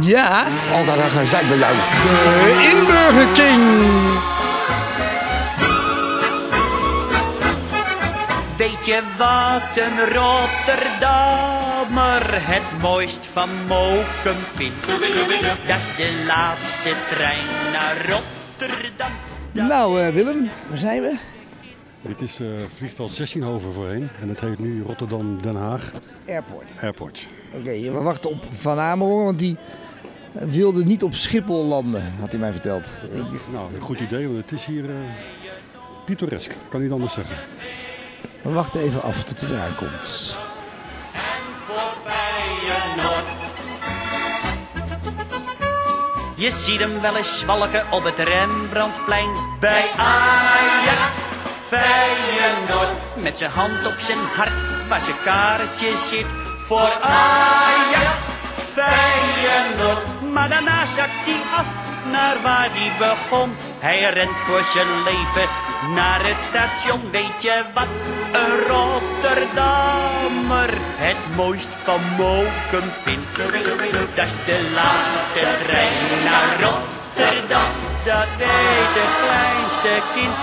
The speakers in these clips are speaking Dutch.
Ja, Altijd een gezeik bij jou. de Inburger King. Weet je wat een Rotterdammer het mooist van Mokum vindt? Dat is de laatste trein naar Rotterdam. Nou eh, Willem, waar zijn we? Dit is eh, vliegveld Zestienhoven voorheen en het heet nu Rotterdam-Den Haag Airport. Airport. Oké, we wachten op Van Amerongen, want die wilde niet op Schiphol landen, had hij mij verteld. Nou, een goed idee, want het is hier eh, pittoresk, kan niet anders zeggen. We wachten even af tot hij eraan komt. Je ziet hem wel eens zwalken op het Rembrandtplein. Bij Ajax, Feyenoord. Met zijn hand op zijn hart, waar zijn kaartje zit. Voor Ajax, Feyenoord. Maar daarna zakt hij af, naar waar hij begon. Hij rent voor zijn leven, naar het station. Weet je wat, een Rotterdammer. Het mooist van Mokum vindt. Dat is de laatste trein naar Rotterdam. Dat weet het kleinste kind.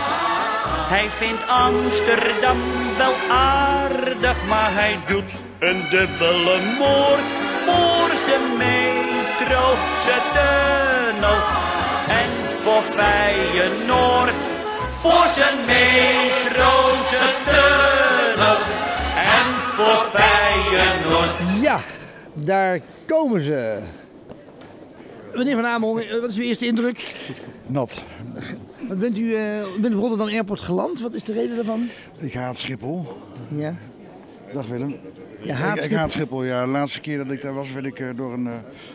Hij vindt Amsterdam wel aardig, maar hij doet een dubbele moord voor zijn metro, zijn tunnel en voor Feyenoord. Voor zijn metro, zijn tunnel en voor Feyenoord. Ja, daar komen ze. Meneer Van Amerongen, eh, wat is uw eerste indruk? Nat. Wat bent u, eh, u bent op Rotterdam Airport geland? Wat is de reden daarvan? Ik haat Schiphol. Ja, Dag Willem. je haat ik, ik haat Schiphol, ja. De laatste keer dat ik daar was, werd ik eh, door een, eh,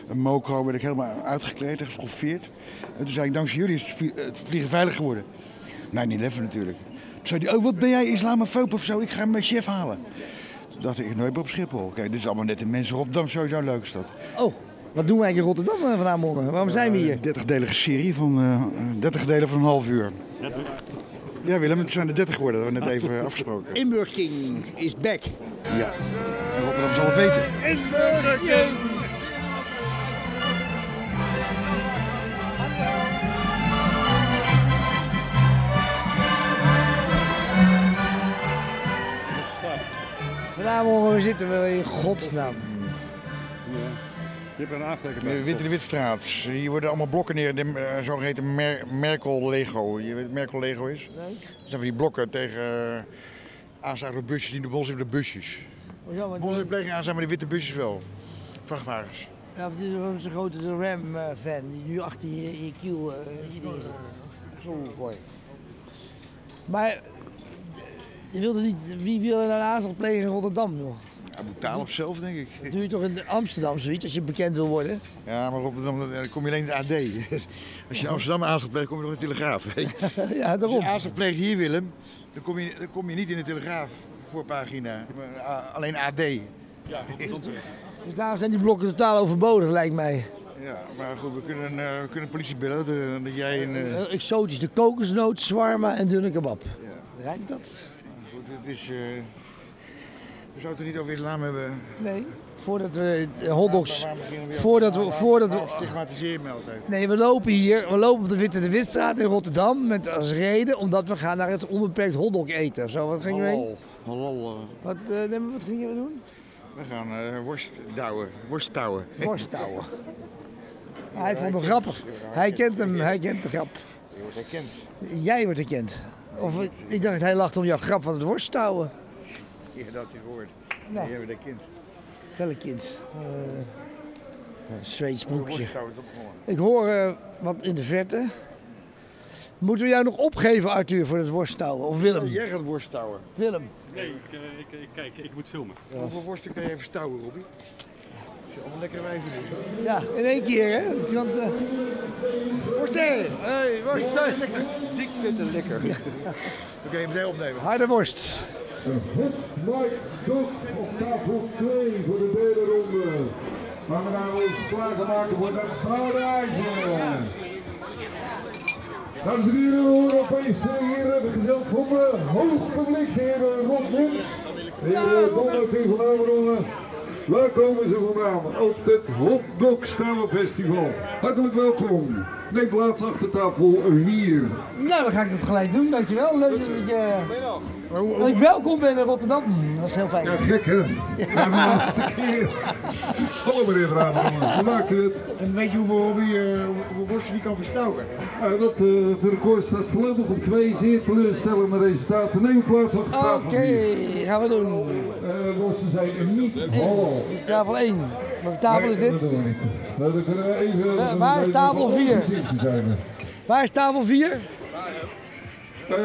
een moko werd ik helemaal uitgekleed en geschoffeerd. En toen zei ik, dankzij jullie is het vlie- het vliegen veilig geworden. 9-11 natuurlijk. Toen zei hij, oh wat ben jij, islamofoob of zo? Ik ga mijn chef halen. Toen dacht ik, ik nooit meer op Schiphol. Kijk, dit is allemaal net een mensen. Rotterdam is sowieso een leuke stad. Schiphol. Oh, wat doen wij in Rotterdam eh, Van Amerongen? Waarom zijn we hier? 30-delige serie van eh 30 delen van een half uur. Ja Willem, het zijn er 30 geworden. Dat hebben we net even afgesproken. Inburger King is back. Ja, en Rotterdam zal het weten. Vanavond waar zitten we in godsnaam. Je hebt een aansteker De Witte de Witstraat. Hier worden allemaal blokken neer. De, eh, zogeheten Mer- Merkel-Lego. Je weet wat Merkel-Lego is? Nee. Dat zijn van die blokken tegen eh aansluitende busjes. Die de bos op de busjes. Bonsuitpleging aan zijn maar die witte busjes wel. Vrachtwagens. Ja, het is gewoon zo'n grote Ram-fan die nu achter je, je kiel eh, je ding zit. Zo mooi. Maar eh, je wilde niet, wie wil er een aanslag plegen in Rotterdam, joh? Ja, moet taal op zelf, denk ik. Dat doe je toch in Amsterdam zoiets als je bekend wil worden? Ja, maar Rotterdam, dan eh, kom je alleen in het AD. Als je in Amsterdam aanslag pleegt, kom je nog in de Telegraaf. weet je. ja, Als daarom. je aanslag pleegt hier, Willem, dan kom je, dan kom je niet in de Telegraaf voorpagina. Maar, eh, alleen AD. Dus daarom zijn die blokken totaal overbodig, lijkt mij. Ja, maar goed, we kunnen, eh, we kunnen de politie bellen. eh, Dat jij een... eh, Heel Exotisch, de kokosnoot, zwarma en dunne kebab. ja. Rijmt dat? Goed, het is. eh, we zouden het niet over islam hebben. Nee. Voordat we eh, hotdogs... Waar- waar beginnen weer? Voordat we... Waarom- Voordat waarom we Stigmatiseer je me altijd. Nee, we lopen hier, we lopen op de Witte de Witstraat in Rotterdam met als reden omdat we gaan naar het onbeperkt hotdog eten of zo. Wat gingen we heen? Halal. Halal. eh, Wat, eh, nee, maar wat gingen we doen? we gaan eh, worst douwen. Worst touwen. Worst touwen. Hij vond hem grappig. Hij kent hem, hij kent de grap. Je wordt herkend. Jij wordt erkend. Of eh, ik dacht, hij lacht om jouw grap van het worsttouwen. Je hebt dat niet gehoord. Nou. Je hebt herkend. Welk kind? Eh, een Zweeds broekje. Worst touwen is opgewonnen. Ik hoor eh, wat in de verte. Moeten we jou nog opgeven, Arthur, voor het worsttouwen? Of Willem? Jij gaat worst touwen. Willem. Nee, ik, eh, ik, ik- kijk, ik moet filmen. Hoeveel worsten kan je even stouwen, Robbie? Dat is allemaal lekker wijven doen. Ja, in één keer, hè? Want, eh, Worsten! Hey, worst Dik vindt het lekker. Oké, meteen opnemen. Harde worst. Mike Koch op tafel 2 voor de derde ronde. Waar we nou eens klaargemaakt voor de gouden eigen. Dames en heren, we horen opeens eh, hier hebben gezeld van eh, hoog publiek, de heer eh, Rob Mons. De heer eh, Donner tegen Van Amerongen. Waar komen ze vandaan? Op het Hotdog Sterrenfestival. Hartelijk welkom. Neem plaats achter tafel 4. Nou, dan ga ik dat gelijk doen, dankjewel. Leuk dat je, eh, Maar hoe- dat hoe- ik welkom ben in Rotterdam. Dat is heel fijn. Ja, gek hè? Ja, de laatste keer. Hallo meneer Brabander, hoe maakt u het? En weet je hoeveel, hobby, eh, hoeveel worsten die kan verstouwen? Ja, dat eh, het record staat voorlopig op twee zeer teleurstellende resultaten. Neem plaats achter Oké, tafel 4. gaan we doen. Eh, worsten zijn niet halal. Dit is tafel 1. Welke tafel is Nee, dat dit? doen we niet. Nou, dan kunnen we even- Wa- dan waar is zijn we tafel nog vier? opgezien te zijn. Waar is tafel 4? Eh,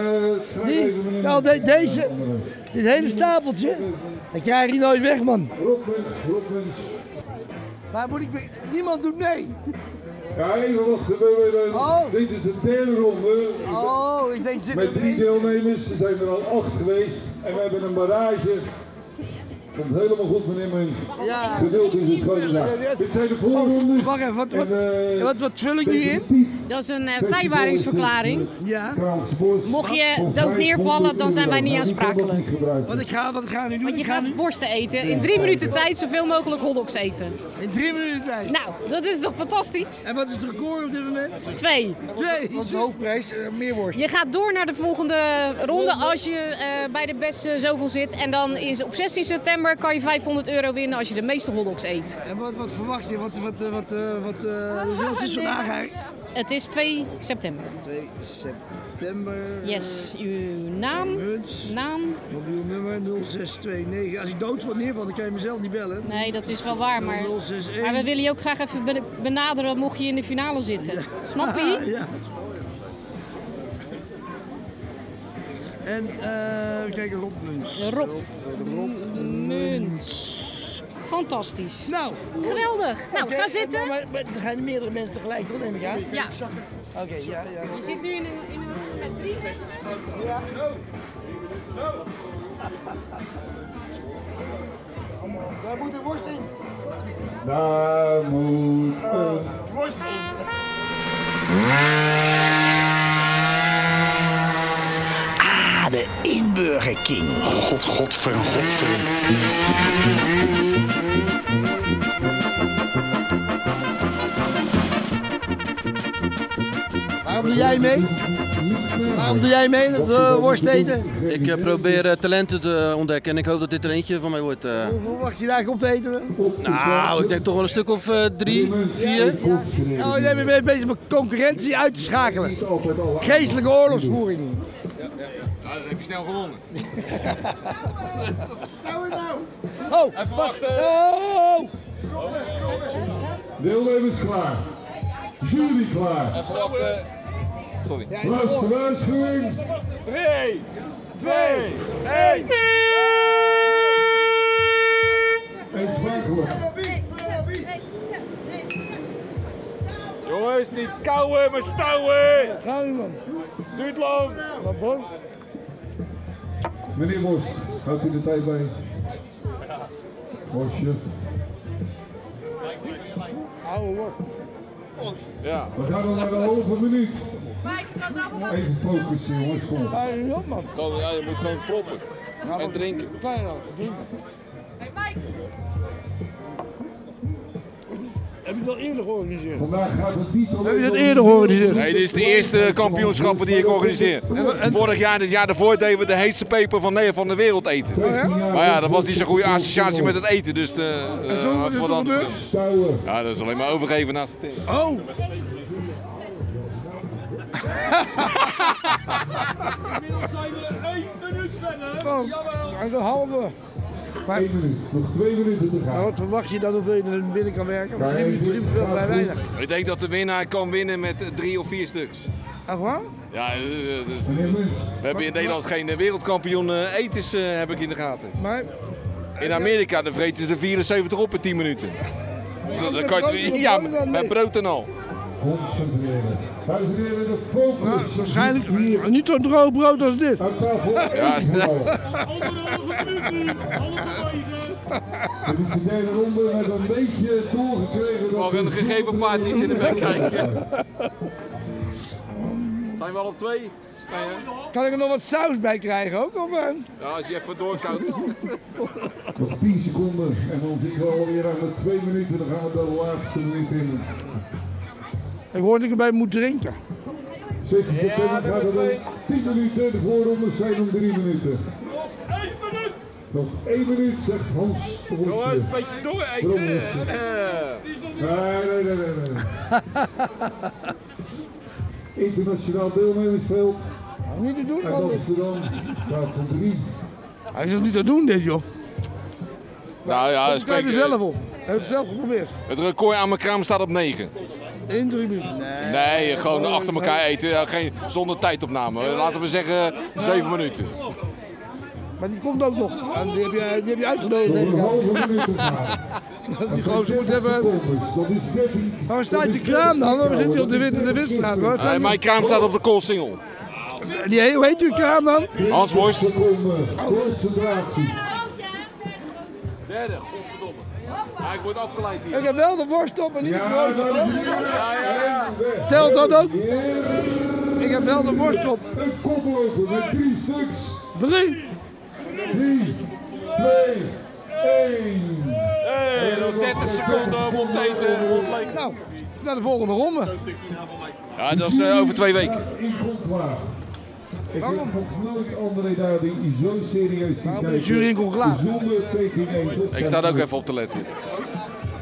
schrijf Die? even meneer- Nou, de- deze. andere. Dit hele stapeltje. Dat krijg je nooit weg, man. Rottens, Rottens. Waar moet ik... be- Niemand doet mee. Ja, even wachten. we willen- Oh. Dit is de derde ronde. Oh, ik denk zit Met er drie mee. deelnemers er zijn er al acht geweest en we hebben een barrage. Komt helemaal goed, meneer Munt. Ja. Geduld is het Ja, de grote rest- Dit zijn de voorrondes. Wacht even, wat, wat, En, eh, wat, wat vul ik nu in? definitief Dat is een eh, vrijwaringsverklaring. Ja. transport. Mocht je Voor dood 500 neervallen, dan zijn wij niet euro. Die kan dat aansprakelijk. niet gebruiken. Wat ik ga, wat ik ga nu doen? Want je ik ga gaat nu worsten eten. In drie minuten tijd zoveel mogelijk hotdogs eten. in drie minuten tijd. Nou, dat is toch fantastisch? En wat is het record op dit moment? Twee. Twee. Want de hoofdprijs, eh, meer worst. Je gaat door naar de volgende ronde als je eh, bij de beste zoveel zit. En dan is op 16 september kan je 500 euro winnen als je de meeste hotdogs eet. En wat, wat verwacht je? Wat, wat, eh, wat, eh, wat, Ah, eh, hoeveel is het vandaag eigenlijk? Het is 2 september. 2 september. Yes, uw naam. Muts, Naam? mobiel nummer 0629. Als ik dood word neerval, dan kan je mezelf niet bellen. Nee, dat is wel waar, maar, 061. maar we willen je ook graag even ben- benaderen mocht je in de finale zitten. Snap je? ja. En eh, kijk, Rob Nou. Muns. Rob. Rob Muns. Fantastisch. Nou, Geweldig. Nou, oké, ga zitten. Maar, maar, er gaan meerdere mensen tegelijk, toch? Neem ik aan. Ja, Oké, ja, ja. je zit nu in een, in een room met drie mensen. Daar moet een worst in. Daar moet een Worst in. Ah, de Inburger King. God, godver, godver. Waarom doe jij mee? Waarom doe jij mee dat we worst eten? Ik eh, probeer eh, talenten te eh, ontdekken en ik hoop dat dit er eentje van mij wordt. eh. Hoe verwacht je daar op te eten? Nou, ik denk toch wel een stuk of eh, drie, vier. Nou, jij bent bezig met concurrentie uit te schakelen. Geestelijke oorlogsvoering. Ja, dan heb je snel gewonnen. Oh, wacht. Oh, deelnemers klaar. Jury klaar. Laatste waarschuwing. twee. En schakelen. Gaan we, man. Duurt lang. Meneer Bos, houdt u de tijd bij? Bosje. Oude worst. We gaan nog naar de halve minuut. Even focussen jongens, kom op. Ga je niet op, man. Ja, je moet gewoon proppen. En drinken. Klein dan, drinken. Heb je dat eerder georganiseerd? Vandaag gaat het niet om... Heb je dat eerder georganiseerd? Hey, dit is de eerste kampioenschappen die ik organiseer. Vorig jaar en het jaar daarvoor deden we de heetste peper van Nederland van de wereld eten. Maar ja, dat was niet zo'n goede associatie met het eten. Dus de, eh, toen, wat is voor er dan- gebeurd? Stouwen. ja, dat is alleen maar overgeven naast de tent. Oh! Inmiddels zijn we één minuut verder. Jawel. Een halve. Maar Eén minuut, nog twee minuten te maar gaan. wat verwacht je dan hoeveel je er binnen kan werken? Want Drie minuten drie minuten is vrij weinig. Ik denk dat de winnaar kan winnen met eh, drie of vier stuks. Echt waar? Ja, eh, eh, dus- Meneer Munt, we hebben in Nederland geen eh, wereldkampioen eh, etens, eh, heb ik in de gaten. Maar In Amerika, dan vreten ze de 74 op in 10 minuten. Dus dan- dan kan je, Met brood- het- ja, met brood dan met mee. met brood en al. concentreren. Dames en heren, de focus. nou, waarschijnlijk Niet Hier niet zo'n droog brood als dit. aan tafel. Ja. Dit is de derde ronde. We hebben een beetje doorgekregen. Oh, dat Mag een de gegeven paard niet in de bek kijken. Zijn we al op twee? Kan ik er nog wat saus bij krijgen ook? Of, eh? Ja, als je even doorkoudt. Nog 10 seconden en dan zitten we alweer aan de 2 minuten. Dan gaan we de laatste minuut in. Ik hoorde dat ik erbij moet drinken. 16 seconden gaan we doen. 10 minuten. De voorrondes zijn om 3 minuten. Nog 1 minuut, zegt Hans. Jongens, een beetje door. Eh. Nee, nee, nee, nee. nee. Internationaal deelnemersveld. Niet te doen, Uit Amsterdam. Tafel 3. Hij is nog niet te doen, dit joh. Nou ja, Ik kijk er zelf op. Hij heeft het zelf geprobeerd. het record aan mijn kraam staat op 9. In drie minuten. Nee, Nee, gewoon achter elkaar eten. Ja, geen, zonder tijdopname. Laten we zeggen 7 minuten. Maar die komt ook nog. En die heb je, die heb je uitgenodigd. Nog neem een ik aan. halve minuut te gaan. Die gozer moet even... Dat is 13. Maar waar staat je kraam dan? Waarom zit hij op de Witte de Witstraat? Waar staat Nee, mijn kraam staat op de koolsingel. die, hoe heet je kraam dan? Hans Worst. Seconden. eh, Concentratie. Derde, godverdomme. ik word afgeleid hier. Ik heb wel de worst op en niet de Ja, brood. dames en heren. Telt dat ook? Heer, Ik heb wel de worst op. Een koploper met drie stuks. Drie. 3, 2, 1. Hey, nog 30 seconden om op te eten. Nou, naar de volgende ronde. Ja, dat is eh, over twee weken. In Conclave. Ik Waarom? heb nog nooit André Duiding zo serieus zien Waarom kijken. de jury in Conclave? Zonder Peking Ik sta er ook even op te letten.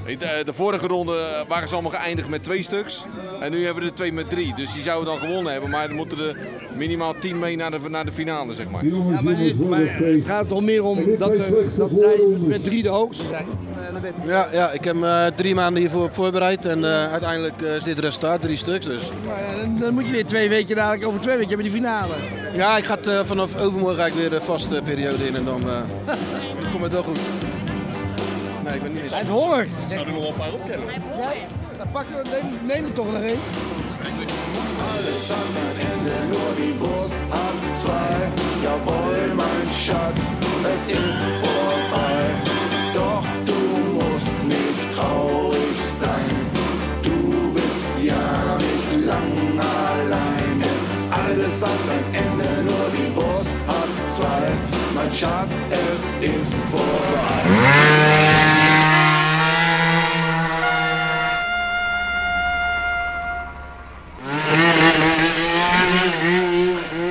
Ik, eh, De vorige ronde waren ze allemaal geëindigd met twee stuks. En nu hebben we er twee met drie. Dus die zouden dan gewonnen hebben. Maar dan moeten er minimaal tien mee naar de, naar de finale, zeg maar. Jongens, Ja, maar, jongens, dit- wat maar een het feest. gaat toch meer om dat, eh, dat zij met drie de hoogste zijn. Eh, dan weet ik. Ja, ja ik heb me drie maanden hiervoor op voorbereid en eh, uiteindelijk eh, is dit resultaat, drie stuks dus. Maar, eh, Dan moet je weer twee weken dadelijk, over twee weken hebben we die finale. Ja, ik ga het, eh, vanaf overmorgen ga ik weer de vaste periode in en dan eh, komt het wel goed. Nee, ik ben niet Hij eens. heeft honger. Zou er nog een paar opkennen? Ja, dan pakken we, neem, neem er toch nog één.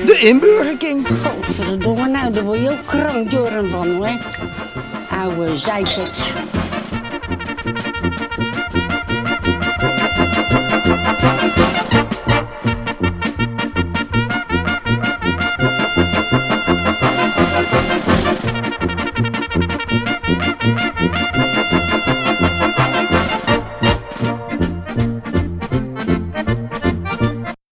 De inburgering. Godverdomme, nou, daar word je ook krankjoren van, hoor. Oude zeikert.